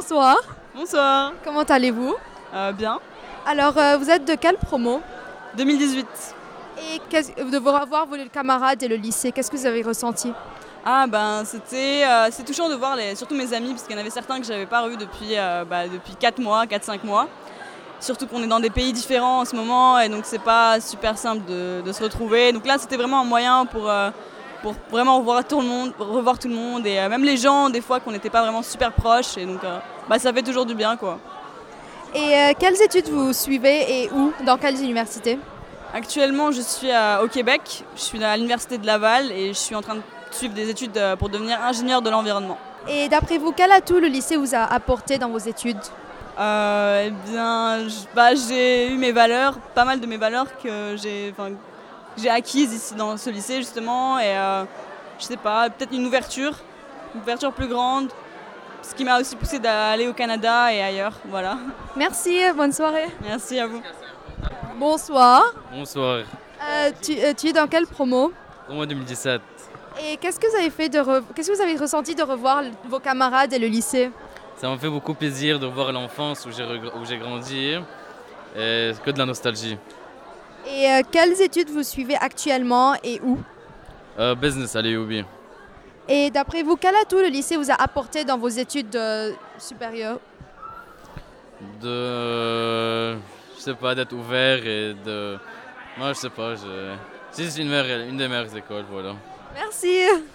bonsoir. Bonsoir. Comment allez-vous Euh, bien. Alors, euh, vous êtes de quelle promo 2018. Et qu'est-ce- euh, de vous revoir vos camarades et le lycée, qu'est-ce que vous avez ressenti Ah ben c'était euh, c'est touchant de voir les, surtout mes amis parce qu'il y en avait certains que j'avais pas revus depuis euh, bah, depuis 4 mois, 4 5 mois. Surtout qu'on est dans des pays différents en ce moment et donc c'est pas super simple de, de se retrouver. Donc là c'était vraiment un moyen pour euh, pour vraiment revoir tout le monde, revoir tout le monde et euh, même les gens des fois qu'on n'était pas vraiment super proches et donc euh, bah, ça fait toujours du bien quoi. Et euh, quelles études vous suivez et où Dans quelles universités Actuellement, je suis à- au Québec. Je suis à l'université de Laval et je suis en train de suivre des études euh, pour devenir ingénieur de l'environnement. Et d'après vous, quel atout le lycée vous a apporté dans vos études Euh, eh bien, j- bah, j'ai eu mes valeurs, pas mal de mes valeurs que j'ai, enfin, que j'ai acquises ici dans ce lycée justement et euh, je sais pas, peut-être une ouverture, une ouverture plus grande, ce qui m'a aussi poussé d'aller au Canada et ailleurs. Voilà. Merci, bonne soirée. Merci à vous. Bonsoir. Bonsoir, Euh, tu, euh, tu es dans quelle promo au moins 2017. Et qu'est-ce que vous avez fait de re- qu'est-ce que vous avez ressenti de revoir l- vos camarades et le lycée Ça m'a fait beaucoup plaisir de revoir l'enfance où j'ai regr- où j'ai grandi. Et que de la nostalgie. Et euh, quelles études vous suivez actuellement et où Euh, business à l'EUB. Et d'après vous, quel atout le lycée vous a apporté dans vos études euh, supérieures De. Je sais pas, d'être ouvert et de. Moi, je sais pas, je. C'est une, meilleure- une des meilleures écoles, voilà. Merci.